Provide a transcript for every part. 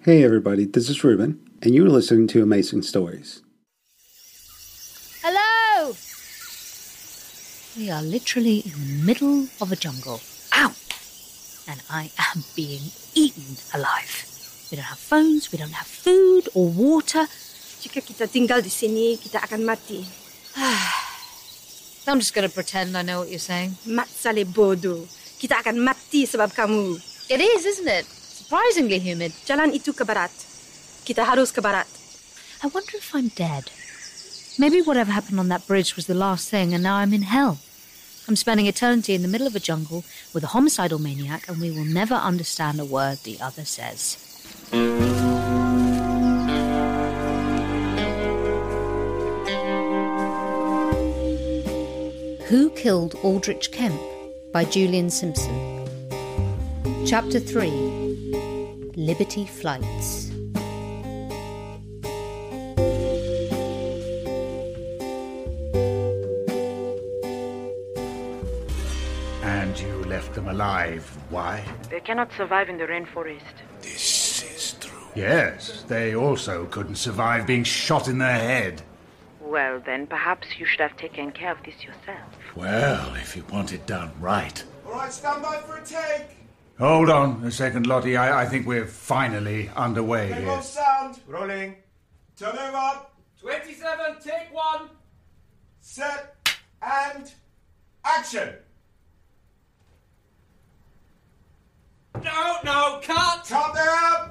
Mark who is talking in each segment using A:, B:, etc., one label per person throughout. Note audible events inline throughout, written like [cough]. A: Hey, everybody, this is Ruben, and you're listening to Amazing Stories.
B: Hello!
C: We are literally in the middle of a jungle. Ow! And I am being eaten alive. We don't have phones, we don't have food or water.
B: Jika kita tinggal di sini, kita akan mati.
C: I'm just going to pretend I know what you're saying.
B: Mat sale bodoh. Kita akan mati sebab kamu.
C: It is, isn't it? Surprisingly humid.
B: Jalan itu ke barat. Kita harus ke barat.
C: I wonder if I'm dead. Maybe whatever happened on that bridge was the last thing, and now I'm in hell. I'm spending eternity in the middle of a jungle with a homicidal maniac, and we will never understand a word the other says. Who Killed Aldrich Kemp by Julian Simpson. Chapter 3 Liberty Flights.
D: And you left them alive. Why?
E: They cannot survive in the rainforest.
D: Yes, they also couldn't survive being shot in the head.
E: Well, then, perhaps you should have taken care of this yourself.
D: Well, if you want it done right.
F: All right, stand by for a take.
D: Hold on a second, Lottie. I, I think we're finally underway
F: Take
D: here.
F: off sound. Rolling. Turn over. 27, take one. Set and action.
G: No, no, cut!
F: Cut them.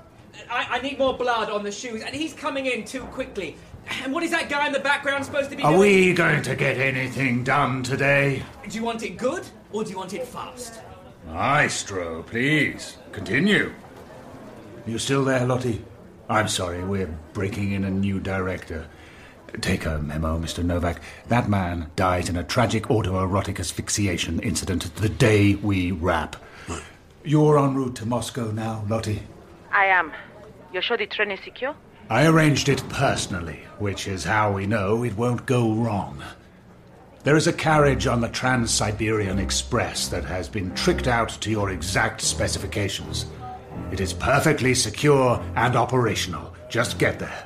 G: I, I need more blood on the shoes, and he's coming in too quickly. And what is that guy in the background supposed to be
D: Are
G: doing?
D: we going to get anything done today?
G: Do you want it good, or do you want it fast?
D: Maestro, please, continue. You still there, Lottie? I'm sorry, we're breaking in a new director. Take a memo, Mr. Novak. That man dies in a tragic autoerotic asphyxiation incident the day we wrap. You're en route to Moscow now, Lottie.
E: I am. You're sure the train is secure?
D: I arranged it personally, which is how we know it won't go wrong. There is a carriage on the Trans Siberian Express that has been tricked out to your exact specifications. It is perfectly secure and operational. Just get there.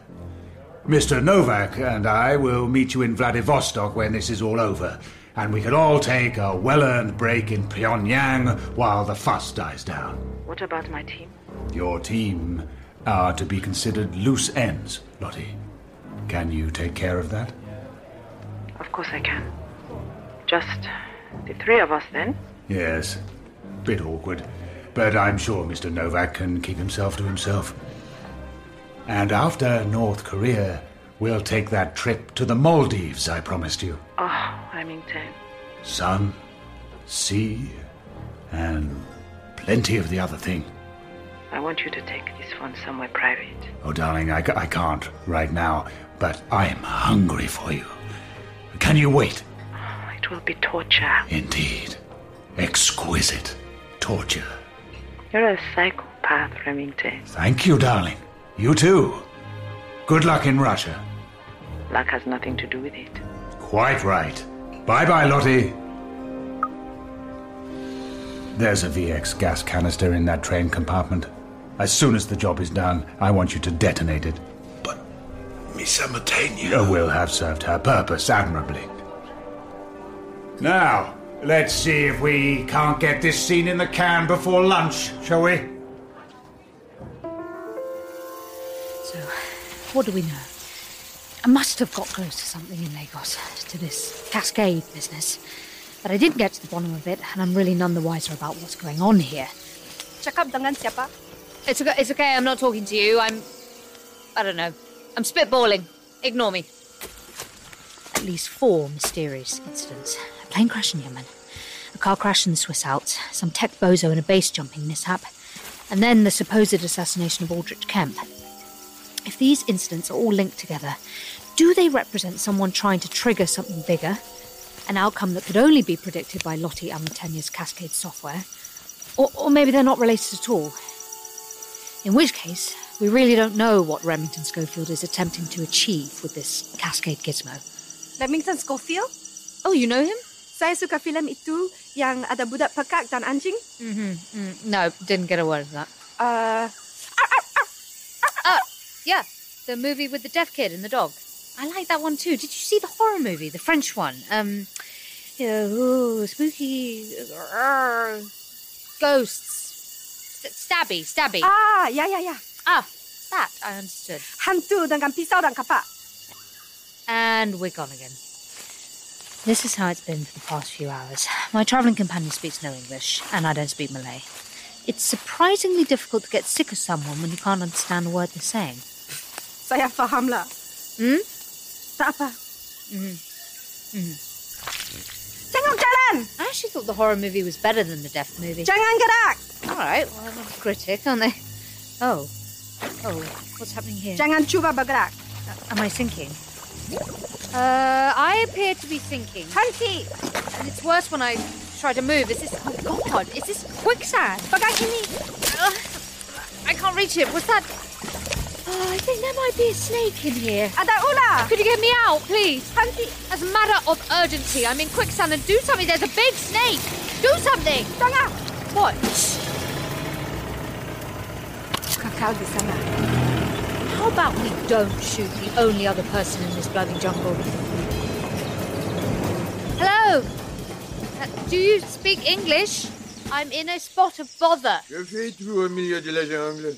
D: Mr. Novak and I will meet you in Vladivostok when this is all over, and we can all take a well earned break in Pyongyang while the fuss dies down.
E: What about my team?
D: Your team are to be considered loose ends, Lottie. Can you take care of that?
E: Of course I can. Just the three of us then.
D: Yes. Bit awkward, but I'm sure Mr. Novak can keep himself to himself. And after North Korea, we'll take that trip to the Maldives I promised you.
E: Oh, I'm in ten.
D: Sun, sea, and plenty of the other thing.
E: I want you to take this phone somewhere private.
D: Oh, darling, I, ca- I can't right now, but I'm hungry for you. Can you wait?
E: It will be torture.
D: Indeed. Exquisite torture.
E: You're a psychopath, Remington.
D: Thank you, darling. You too. Good luck in Russia.
E: Luck has nothing to do with it.
D: Quite right. Bye bye, Lottie. There's a VX gas canister in that train compartment. As soon as the job is done, I want you to detonate it.
H: Miss Amatania.
D: It will have served her purpose admirably. Now, let's see if we can't get this scene in the can before lunch, shall we?
C: So, what do we know? I must have got close to something in Lagos, to this cascade business. But I didn't get to the bottom of it, and I'm really none the wiser about what's going on here.
B: Cakap dengan siapa?
C: It's okay, it's okay, I'm not talking to you. I'm. I don't know. I'm spitballing. Ignore me. At least four mysterious incidents a plane crash in Yemen, a car crash in the Swiss Alps, some tech bozo and a base jumping mishap, and then the supposed assassination of Aldrich Kemp. If these incidents are all linked together, do they represent someone trying to trigger something bigger? An outcome that could only be predicted by Lottie Amatenia's Cascade software? Or, or maybe they're not related at all. In which case, we really don't know what Remington Schofield is attempting to achieve with this Cascade Gizmo.
B: Remington Scofield?
C: Oh, you know him?
B: Saya suka filem itu yang ada budak pekak dan anjing.
C: No, didn't get a word of that.
B: Uh,
C: Oh, Yeah, the movie with the deaf kid and the dog. I like that one too. Did you see the horror movie, the French one? Um, yeah, ooh, spooky grrr, ghosts, S- stabby, stabby.
I: Uh,
C: Ah.
J: Ah, ya, ya, ya.
C: that I understood.
J: Hantu dengan pisau dan kapak.
C: And we're gone again. This is how it's been for the past few hours. My travelling companion speaks no English, and I don't speak Malay. It's surprisingly difficult to get sick of someone when you can't understand a word they're saying.
J: Saya fahamlah.
C: Hmm?
J: Tak apa.
B: Hmm.
J: Tengok jalan.
C: I actually thought the horror movie was better than the deaf movie.
J: Jangan gerak.
C: All right, well, I'm not a critic, aren't I? Oh. Oh, what's happening here?
J: Jangan cuba bergerak.
C: Am I sinking? Uh, I appear to be sinking.
J: Henti.
C: And it's worse when I try to move. Is this. Oh, God. Is this quicksand?
J: Pegang ini.
C: Ugh, uh, I can't reach it. What's that? Oh, I think there might be a snake in here.
J: Ada ular.
C: Could you get me out, please?
J: Henti.
C: As a matter of urgency, I'm in quicksand and do something. There's a big snake. Do something.
J: Jangan.
C: What?
J: Kakak di sana.
C: How about we don't shoot the only other person in this bloody jungle? Hello. Uh, do you speak English? I'm in a spot of bother.
K: Je fais tout au milieu de la jungle.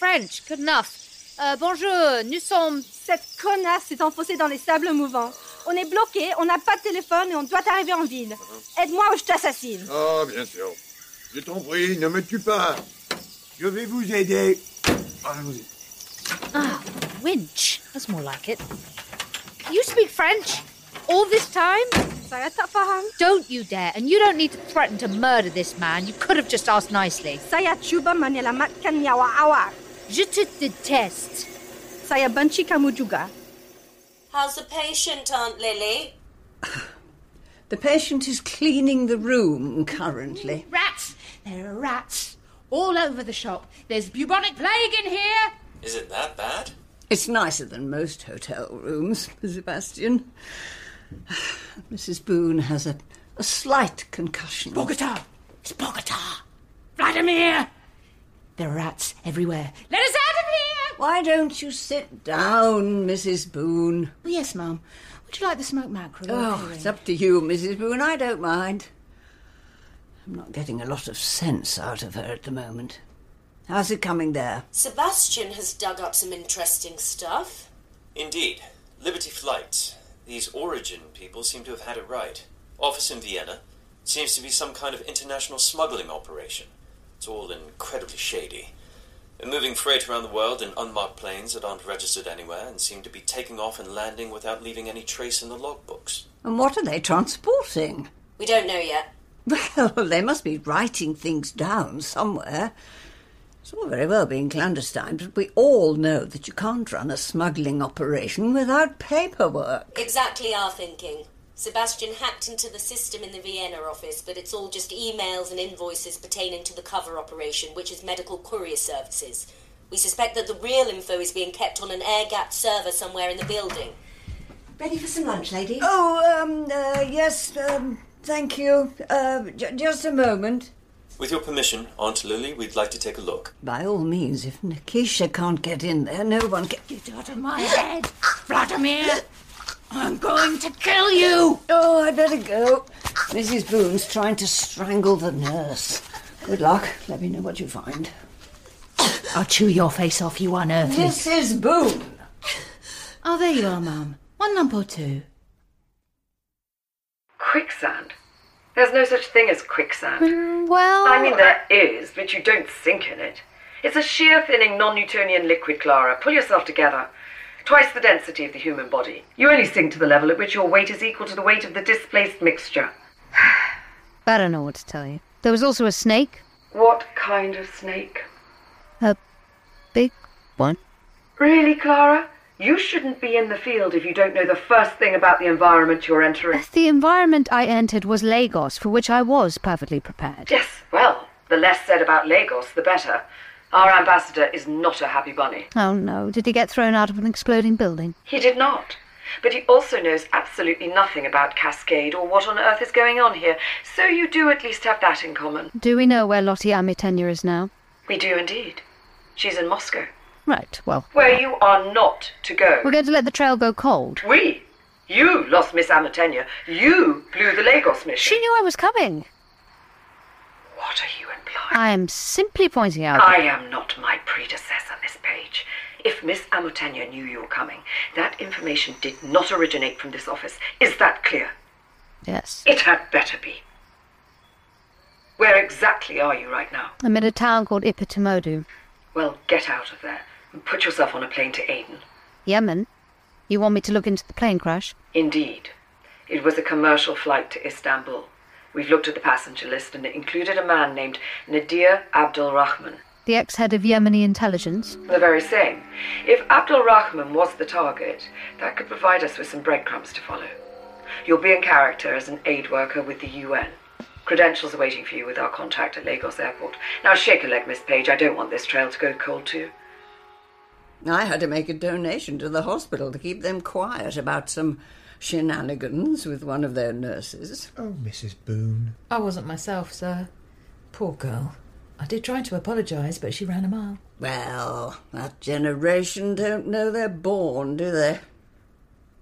C: French, good enough. Uh, bonjour, nous sommes.
J: Cette connasse s'est enfoncée dans les sables mouvants. On est bloqué, on n'a pas de téléphone et on doit arriver en ville. Aide-moi ou je t'assassine.
K: Oh, bien sûr. Je t'en prie, ne me tue pas. Je vais vous aider. Allons-y.
C: Ah, winch. That's more like it. You speak French? All this time?
J: Saya tak faham.
C: Don't you dare. And you don't need to threaten to murder this man. You could have just asked nicely.
J: Saya cuba menyelamatkan nyawa awak.
C: Je te déteste.
J: Saya benci kamu juga.
G: How's the patient, Aunt Lily?
I: The patient is cleaning the room currently.
C: Rats! There are rats all over the shop. There's bubonic plague in here.
G: Is it that bad?
I: It's nicer than most hotel rooms, Sebastian. [sighs] Mrs. Boone has a, a slight concussion.
L: Bogota! It's Bogota! Vladimir! There are rats everywhere. Let us out of here!
I: Why don't you sit down, Mrs. Boone?
L: Well, yes, ma'am. Would you like the smoked mackerel?
I: Oh, it's up to you, Mrs. Boone. I don't mind. I'm not getting a lot of sense out of her at the moment. How's it coming there?
G: Sebastian has dug up some interesting stuff.
M: Indeed. Liberty Flight. These origin people seem to have had it right. Office in Vienna. Seems to be some kind of international smuggling operation. It's all incredibly shady. They're moving freight around the world in unmarked planes that aren't registered anywhere and seem to be taking off and landing without leaving any trace in the logbooks.
I: And what are they transporting?
G: We don't know yet.
I: Well, [laughs] they must be writing things down somewhere. It's all very well being clandestine, but we all know that you can't run a smuggling operation without paperwork.
G: Exactly our thinking. Sebastian hacked into the system in the Vienna office, but it's all just emails and invoices pertaining to the cover operation, which is medical courier services. We suspect that the real info is being kept on an air gapped server somewhere in the building. Ready for some lunch, ladies?
I: Oh, um, uh, yes, um, thank you. Uh, j- just a moment.
M: With your permission, Aunt Lily, we'd like to take a look.
I: By all means, if Nikisha can't get in there, no one can. Get out of my head!
L: Vladimir! I'm going to kill you!
I: Oh, I better go. Mrs. Boone's trying to strangle the nurse. Good luck. Let me know what you find.
L: I'll chew your face off, you unearthly.
I: Mrs. Boone!
L: Oh, there you are, ma'am. One lump or two.
N: Quicksand? There's no such thing as quicksand.
C: Well,
N: I mean, there is, but you don't sink in it. It's a sheer thinning non Newtonian liquid, Clara. Pull yourself together. Twice the density of the human body. You only sink to the level at which your weight is equal to the weight of the displaced mixture.
C: I don't know what to tell you. There was also a snake,
N: What kind of snake?
C: a big one.
N: Really, Clara? You shouldn't be in the field if you don't know the first thing about the environment you're entering.
C: The environment I entered was Lagos, for which I was perfectly prepared.
N: Yes, well, the less said about Lagos, the better. Our ambassador is not a happy bunny.
C: Oh no, did he get thrown out of an exploding building?
N: He did not. But he also knows absolutely nothing about Cascade or what on earth is going on here, so you do at least have that in common.
C: Do we know where Lottie Amitenya is now?
N: We do indeed. She's in Moscow.
C: Right, well,
N: Where you are not to go.
C: we're going to let the trail go cold.
N: We? You lost Miss Amatenia. You blew the Lagos mission.
C: She knew I was coming.
N: What are you implying?
C: I am simply pointing out.
N: I am not my predecessor, Miss Page. If Miss Amatenia knew you were coming, that information did not originate from this office. Is that clear?
C: Yes.
N: It had better be. Where exactly are you right now?
C: I'm in a town called Ipitimodu,
N: Well, get out of there and put yourself on a plane to Aden.
C: Yemen. You want me to look into the plane crash?
N: Indeed. It was a commercial flight to Istanbul. We've looked at the passenger list and it included a man named Nadir Abdul Rahman.
C: The ex head of Yemeni intelligence?
N: The very same. If Abdul Rahman was the target, that could provide us with some breadcrumbs to follow. You'll be in character as an aid worker with the UN. Credentials are waiting for you with our contact at Lagos Airport. Now shake a leg, Miss Page. I don't want this trail to go cold too.
I: I had to make a donation to the hospital to keep them quiet about some shenanigans with one of their nurses.
F: Oh, Mrs. Boone.
L: I wasn't myself, sir. Poor girl. I did try to apologise, but she ran a mile.
I: Well, that generation don't know they're born, do they?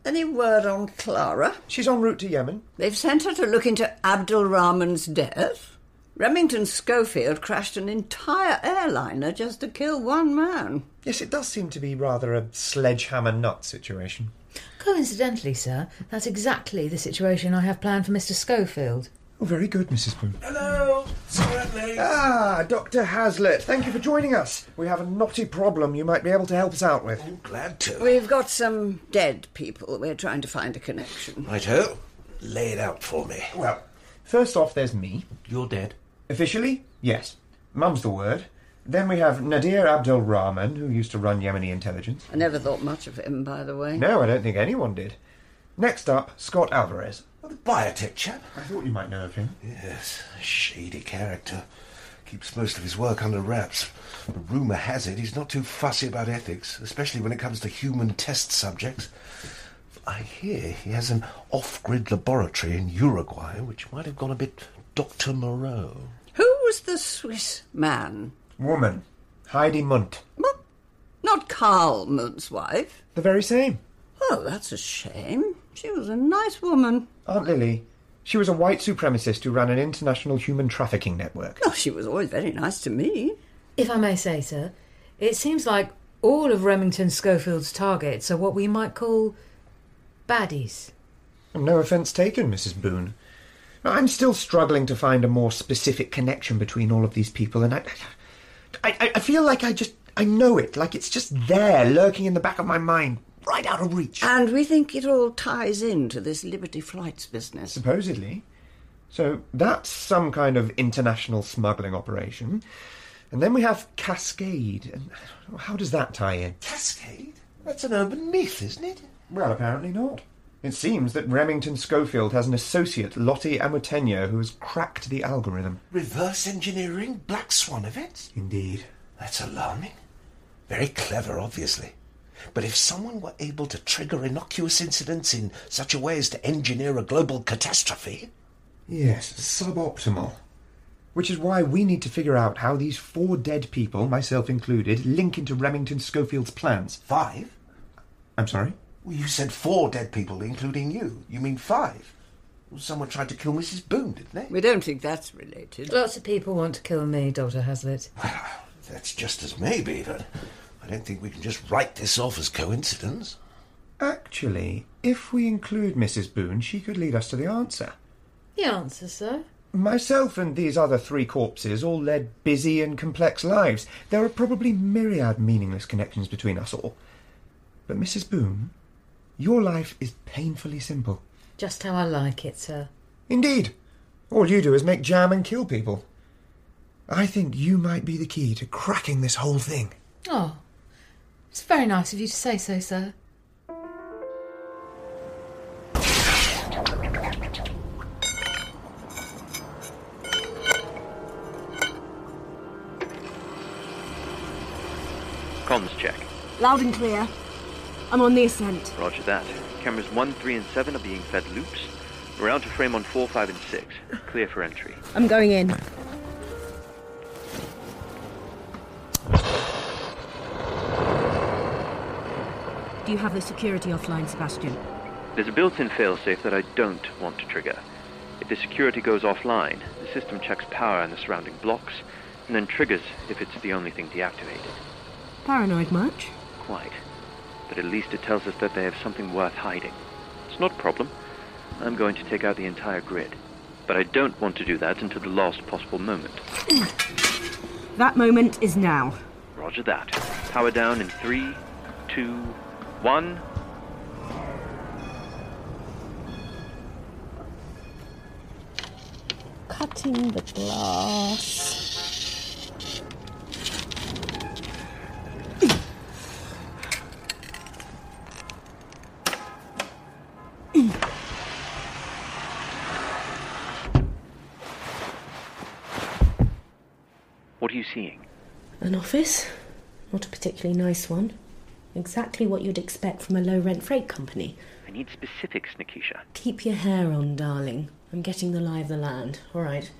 I: Any word on Clara?
F: She's en route to Yemen.
I: They've sent her to look into Abdul Rahman's death. Remington Schofield crashed an entire airliner just to kill one man.
F: Yes, it does seem to be rather a sledgehammer nut situation.
L: Coincidentally, sir, that's exactly the situation I have planned for Mr. Schofield.
F: Oh, very good, Mrs. Boone.
O: Hello. Sorry I'm late.
F: Ah, Dr. Hazlitt, thank you for joining us. We have a knotty problem you might be able to help us out with.
I: Glad to. We've got some dead people. We're trying to find a connection.
F: Righto.
A: Lay it out for me.
F: Well, first off, there's me.
A: You're dead.
F: Officially, yes. Mum's the word. Then we have Nadir Abdul Rahman, who used to run Yemeni intelligence.
I: I never thought much of him, by the way.
F: No, I don't think anyone did. Next up, Scott Alvarez.
A: The biotech chap.
F: I thought you might know of him.
A: Yes, a shady character. Keeps most of his work under wraps. But rumour has it he's not too fussy about ethics, especially when it comes to human test subjects. I hear he has an off grid laboratory in Uruguay, which might have gone a bit Dr. Moreau.
I: Who was the Swiss man?
F: Woman. Heidi Munt.
I: Not Karl Munt's wife.
F: The very same.
I: Oh, that's a shame. She was a nice woman.
F: Aunt Lily. She was a white supremacist who ran an international human trafficking network.
I: Oh, she was always very nice to me.
L: If I may say, sir, it seems like all of Remington Schofield's targets are what we might call baddies.
F: No offence taken, Mrs. Boone. I'm still struggling to find a more specific connection between all of these people, and I, I, I- I feel like I just, I know it, like it's just there, lurking in the back of my mind, right out of reach.
I: And we think it all ties into this Liberty Flights business.
F: Supposedly. So that's some kind of international smuggling operation. And then we have Cascade, and how does that tie in?
A: Cascade? That's an urban myth, isn't it?
F: Well, apparently not. It seems that Remington Schofield has an associate, Lottie Amutenya, who has cracked the algorithm.
A: Reverse engineering black swan events?
F: Indeed.
A: That's alarming. Very clever, obviously. But if someone were able to trigger innocuous incidents in such a way as to engineer a global catastrophe.
F: Yes, suboptimal. Which is why we need to figure out how these four dead people, myself included, link into Remington Schofield's plans.
A: Five?
F: I'm sorry?
A: Well, you said four dead people, including you. You mean five? Well, someone tried to kill Mrs. Boone, didn't they?
I: We don't think that's related.
L: Lots of people want to kill me, Dr. Hazlitt.
A: That's just as maybe, but I don't think we can just write this off as coincidence.
F: Actually, if we include Mrs. Boone, she could lead us to the answer.
L: The answer, sir?
F: Myself and these other three corpses all led busy and complex lives. There are probably myriad meaningless connections between us all. But, Mrs. Boone, your life is painfully simple.
L: Just how I like it, sir.
F: Indeed. All you do is make jam and kill people. I think you might be the key to cracking this whole thing.
L: Oh, it's very nice of you to say so, sir.
M: Comms check.
P: Loud and clear. I'm on the ascent.
M: Roger that. Cameras 1, 3, and 7 are being fed loops. We're out to frame on 4, 5, and 6. Clear for entry.
P: I'm going in. Do you have the security offline, Sebastian?
M: There's a built-in failsafe that I don't want to trigger. If the security goes offline, the system checks power in the surrounding blocks, and then triggers if it's the only thing deactivated.
P: Paranoid much?
M: Quite. But at least it tells us that they have something worth hiding. It's not a problem. I'm going to take out the entire grid. But I don't want to do that until the last possible moment.
P: That moment is now.
M: Roger that. Power down in three, two, one.
G: Cutting the glass.
M: What are you seeing?
G: An office? Not a particularly nice one. Exactly what you'd expect from a low rent freight company.
M: I need specifics, Nikisha.
G: Keep your hair on, darling. I'm getting the lie of the land. All right.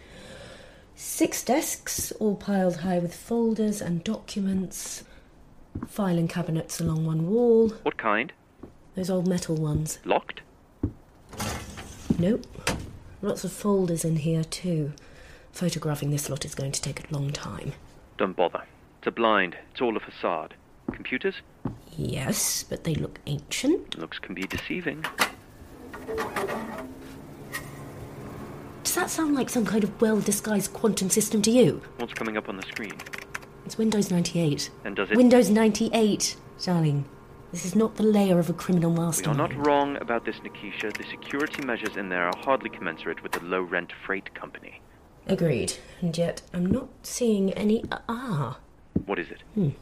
G: Six desks, all piled high with folders and documents. Filing cabinets along one wall.
M: What kind?
G: Those old metal ones.
M: Locked?
G: Nope. Lots of folders in here, too. Photographing this lot is going to take a long time.
M: Don't bother. It's a blind. It's all a facade. Computers?
G: Yes, but they look ancient.
M: Looks can be deceiving.
G: Does that sound like some kind of well disguised quantum system to you?
M: What's coming up on the screen?
G: It's Windows 98.
M: And does it-
G: Windows 98, darling. This is not the layer of a criminal
M: We are
G: mastermind.
M: not wrong about this, Nikisha. The security measures in there are hardly commensurate with the low rent freight company.
G: Agreed. And yet, I'm not seeing any. Ah,
M: What is it?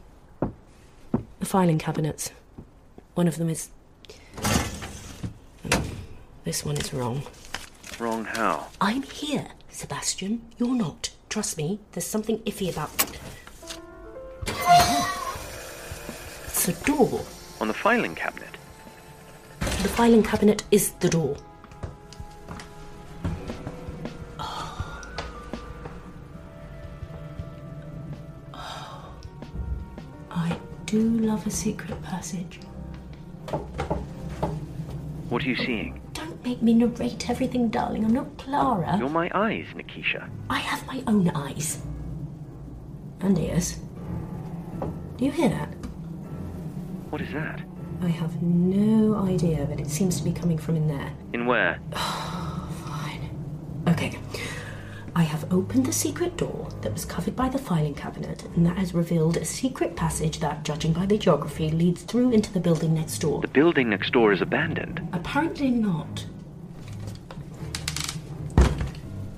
G: the filing cabinets. One of them is. This one is wrong.
M: Wrong how?
G: I'm here, Sebastian. You're not. Trust me, there's something iffy about. It's a door.
M: On the filing cabinet.
G: The filing cabinet is the door. Oh. I do love a secret passage.
M: What are you seeing?
G: Don't make me narrate everything, darling. I'm not Clara.
M: You're my eyes, Nikisha.
G: I have my own eyes. And ears. Do you hear that?
M: What is that?
G: I have no idea, but it seems to be coming from in there. Oh,
M: In
G: [sighs]
M: where?
G: Okay. I have opened the secret door that was covered by the filing cabinet, and that has revealed a secret passage that, judging by the geography, leads through into the building next door.
M: The building next door is abandoned.
G: Apparently not.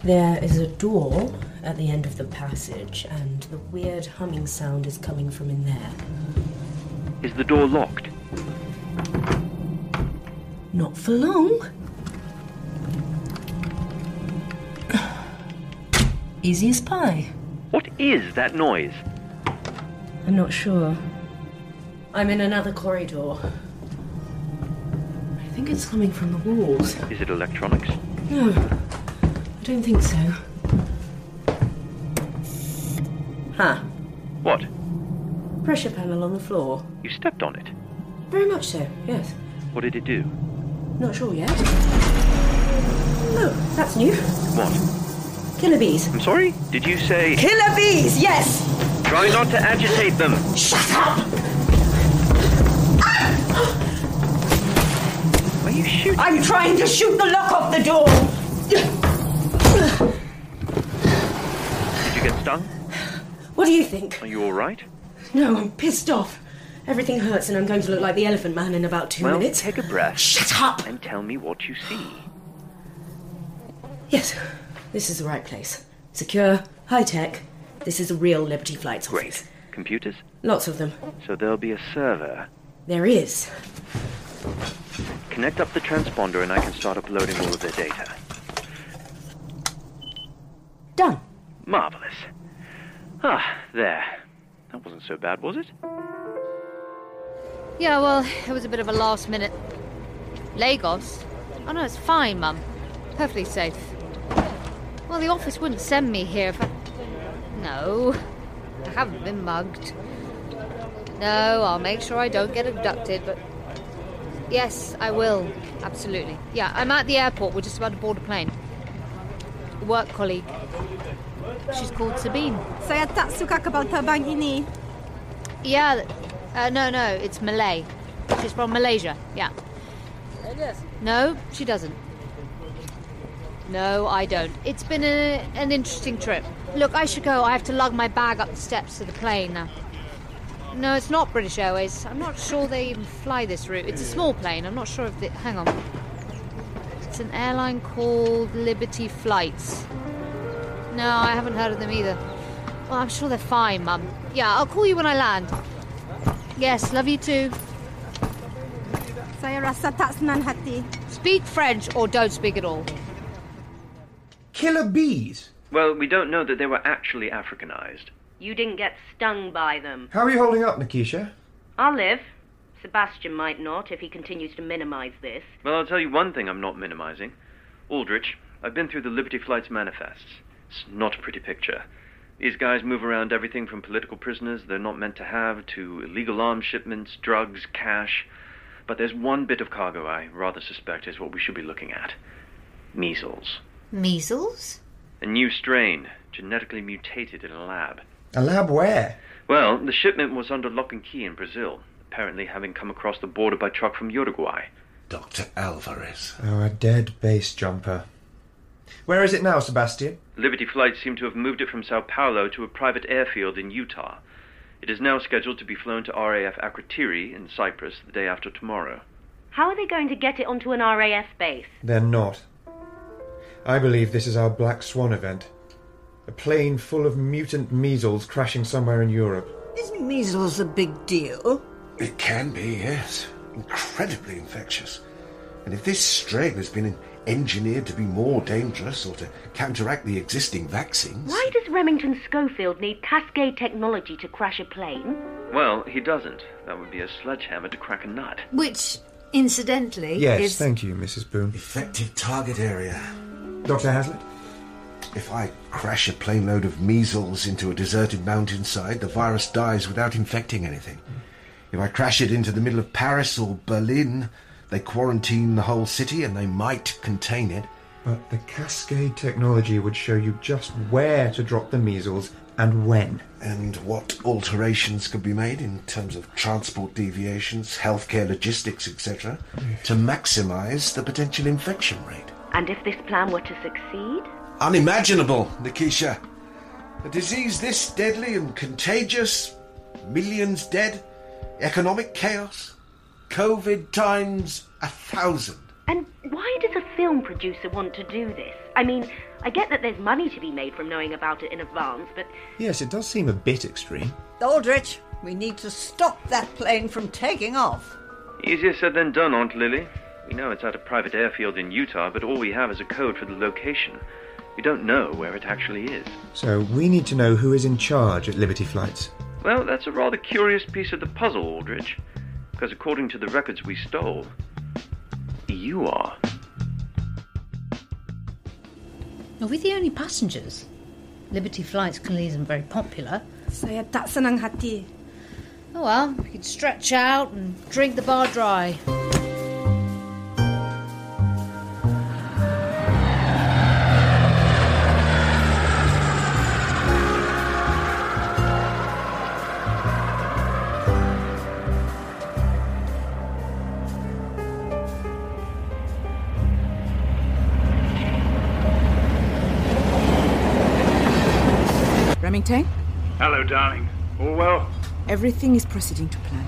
G: There is a door at the end of the passage, and the weird humming sound is coming from in there.
M: Is the door locked?
G: Not for long. [sighs] Easy as pie.
M: What is that noise?
G: I'm not sure. I'm in another corridor. I think it's coming from the walls.
M: Is it electronics?
G: No, I don't think so. Huh.
M: What?
G: Pressure panel on the floor.
M: You stepped on it.
G: Very much so, yes.
M: What did it do?
G: Not sure yet. Oh, that's new.
M: What?
G: Killer bees.
M: I'm sorry? Did you say.
G: Killer bees, yes!
M: Try not to agitate them!
G: Shut up!
M: Are you shooting?
I: I'm trying to shoot the lock off the door.
M: Did you get stung?
G: What do you think?
M: Are you alright?
G: No, I'm pissed off. Everything hurts, and I'm going to look like the elephant man in about two
M: well,
G: minutes.
M: take a breath.
G: Shut up!
M: And tell me what you see.
G: Yes, this is the right place. Secure, high tech. This is a real Liberty Flights office.
M: Computers?
G: Lots of them.
M: So there'll be a server.
G: There is.
M: Connect up the transponder and I can start uploading all of their data.
G: Done.
M: Marvelous. Ah, there. That wasn't so bad, was it?
C: Yeah, well, it was a bit of a last minute. Lagos? Oh no, it's fine, Mum. Perfectly safe. Well, the office wouldn't send me here if I. No. I haven't been mugged. No, I'll make sure I don't get abducted, but Yes, I will. Absolutely. Yeah, I'm at the airport. We're just about to board a plane. A work colleague. She's called Sabine.
B: Saya tak suka about terbang ini.
C: Yeah, th- uh, no, no, it's Malay. She's from Malaysia. Yeah. No, she doesn't. No, I don't. It's been a, an interesting trip. Look, I should go. I have to lug my bag up the steps to the plane now. No, it's not British Airways. I'm not sure they even fly this route. It's a small plane. I'm not sure if it. Hang on. It's an airline called Liberty Flights. No, I haven't heard of them either. Well, I'm sure they're fine, Mum. Yeah, I'll call you when I land. Yes, love you too.
B: Saya rasa tak senang hati.
C: Speak French or don't speak at all.
F: Killer bees?
M: Well, we don't know that they were actually Africanized.
Q: You didn't get stung by them.
F: How are you holding up, Nikisha?
Q: I'll live. Sebastian might not if he continues to minimize this.
M: Well, I'll tell you one thing I'm not minimizing. Aldrich, I've been through the Liberty Flights manifests. It's not a pretty picture. These guys move around everything from political prisoners they're not meant to have to illegal arms shipments, drugs, cash. But there's one bit of cargo I rather suspect is what we should be looking at measles.
C: Measles?
M: A new strain, genetically mutated in a lab.
F: A lab where?
M: Well, the shipment was under lock and key in Brazil, apparently having come across the border by truck from Uruguay.
A: Dr. Alvarez.
F: Our Oh, dead base jumper. Where is it now, Sebastian?
M: Liberty flights seem to have moved it from Sao Paulo to a private airfield in Utah. It is now scheduled to be flown to RAF Akrotiri in Cyprus the day after tomorrow.
Q: How are they going to get it onto an RAF base?
F: They're not. I believe this is our Black Swan event. A plane full of mutant measles crashing somewhere in Europe.
I: Isn't measles a big deal?
A: It can be, yes. Incredibly infectious. And if this strain has been engineered to be more dangerous or to counteract the existing vaccines.
Q: Why does Remington Schofield need Cascade technology to crash a plane?
M: Well, he doesn't. That would be a sledgehammer to crack a nut.
L: Which, incidentally,
F: Yes,
L: is.
F: thank you, Mrs. Boone.
A: Effective target area.
F: Dr. Hazlitt?
A: If I crash a plane load of measles into a deserted mountainside, the virus dies without infecting anything. If I crash it into the middle of Paris or Berlin, they quarantine the whole city and they might contain it.
F: But the cascade technology would show you just where to drop the measles and when.
A: And what alterations could be made in terms of transport deviations, healthcare logistics, etc., to maximize the potential infection rate?
Q: And if this plan were to succeed?
A: Unimaginable, Nikisha. A disease this deadly and contagious, millions dead, economic chaos, COVID times a thousand.
Q: And why does a film producer want to do this? I mean, I get that there's money to be made from knowing about it in advance, but
F: Yes, it does seem a bit extreme.
I: Aldrich, we need to stop that plane from taking off.
M: Easier said than done, Aunt Lily. We know it's at a private airfield in Utah, but all we have is a code for the location. We don't know where it actually is.
F: So we need to know who is in charge at Liberty Flights.
M: Well, that's a rather curious piece of the puzzle, Aldrich. Because according to the records we stole, you are.
B: Are we the only passengers?
C: Liberty flights can leave them very popular.
B: Saya tak senang hati.
C: Oh well, we could stretch out and drink the bar dry.
E: Remington,
O: Hello, darling. All well?
E: everything is proceeding to plan.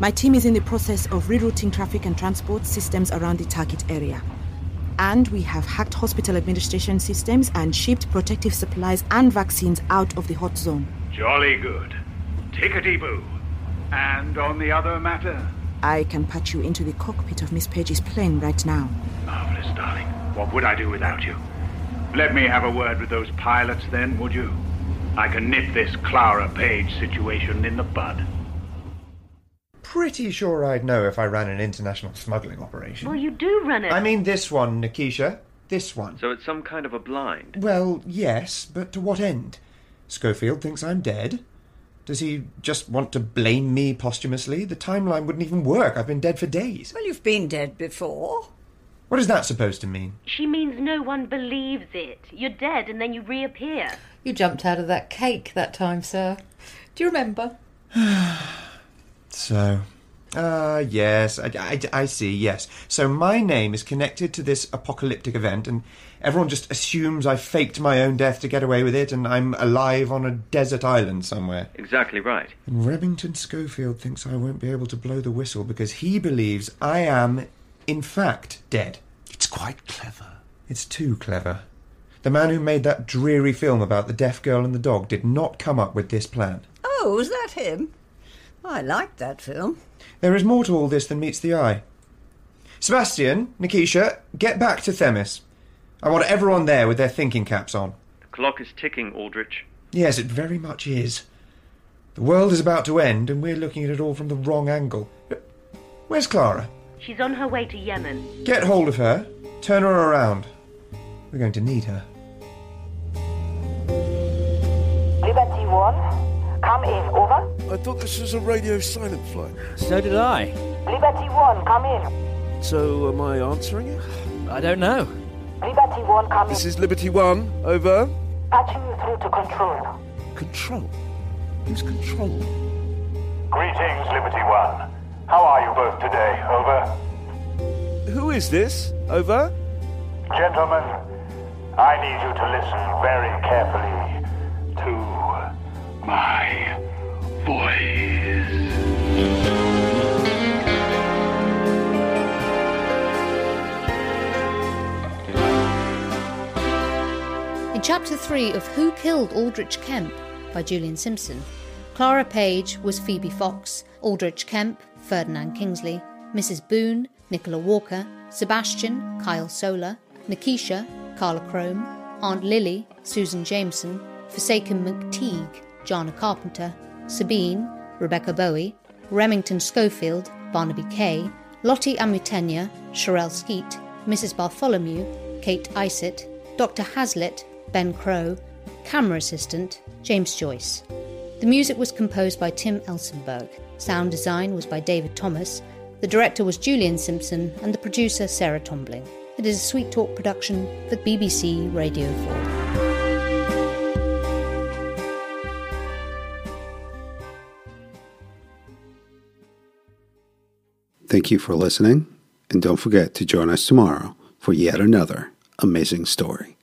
E: My team is in the process of rerouting traffic and transport systems around the target area. And we have hacked hospital administration systems and shipped protective supplies and vaccines out of the hot zone.
O: Jolly good. Tickety boo. And on the other matter?
E: I can patch you into the cockpit of Miss Page's plane right now.
O: Marvelous, darling. What would I do without you? Let me have a word with those pilots then, would you? I can nip this Clara Page situation in the bud.
F: Pretty sure I'd know if I ran an international smuggling operation.
Q: well, you do run it.
F: I mean this one, Nikisha. This one.
M: So it's some kind of a blind.
F: Well, yes, but to what end? Schofield thinks I'm dead. Does he just want to blame me posthumously? The timeline wouldn't even work. I've been dead for days.
I: Well, you've been dead before.
F: What is that supposed to mean?
G: She means no one believes it. You're dead and then you reappear.
L: You jumped out of that cake that time, sir. Do you remember?
F: So, uh, yes, I, I, I see, yes. So my name is connected to this apocalyptic event, and everyone just assumes I faked my own death to get away with it, and I'm alive on a desert island somewhere.
M: Exactly right.
F: And Remington Schofield thinks I won't be able to blow the whistle because he believes I am, in fact, dead. It's quite clever. It's too clever. The man who made that dreary film about the deaf girl and the dog did not come up with this plan.
I: Oh, was that him? I liked that film.
F: There is more to all this than meets the eye. Sebastian, Nikisha, get back to Themis. I want everyone there with their thinking caps on.
M: The clock is ticking, Aldrich.
F: Yes, it very much is. The world is about to end, and we're looking at it all from the wrong angle. Where's Clara?
G: She's on her way to Yemen.
F: Get hold of her, turn her around. We're going to need her.
E: Liberty One, come in, over.
A: I thought this was a radio silent flight.
R: So did I.
E: Liberty One, come in.
A: So am I answering it?
R: I don't know.
E: Liberty One, come
A: This
E: in.
A: is Liberty One, over.
E: Patching you through to control.
A: Control. Who's control?
D: Greetings, Liberty One. How are you both today? Over.
A: Who is this? Over.
D: Gentlemen, I need you to listen very carefully to my voice.
C: In Chapter 3 of Who Killed Aldrich Kemp by Julian Simpson, Clara Page was Phoebe Fox, Aldrich Kemp, Ferdinand Kingsley, Mrs. Boone, Nicola Walker, Sebastian, Kyle Solar, Nikisha, Carla Crome, Aunt Lily, Susan Jameson, Forsaken McTeague, Jana Carpenter, Sabine, Rebecca Bowie, Remington Schofield, Barnaby Kay, Lottie Amutenya, Sherelle Skeet, Mrs. Bartholomew, Kate Isett, Dr. Hazlitt, Ben Crow, camera assistant, James Joyce. The music was composed by Tim Elsenberg, sound design was by David Thomas, the director was Julian Simpson, and the producer Sarah Tombling. It is a Sweet Talk production for BBC Radio 4.
S: Thank you for listening, and don't forget to join us tomorrow for yet another amazing story.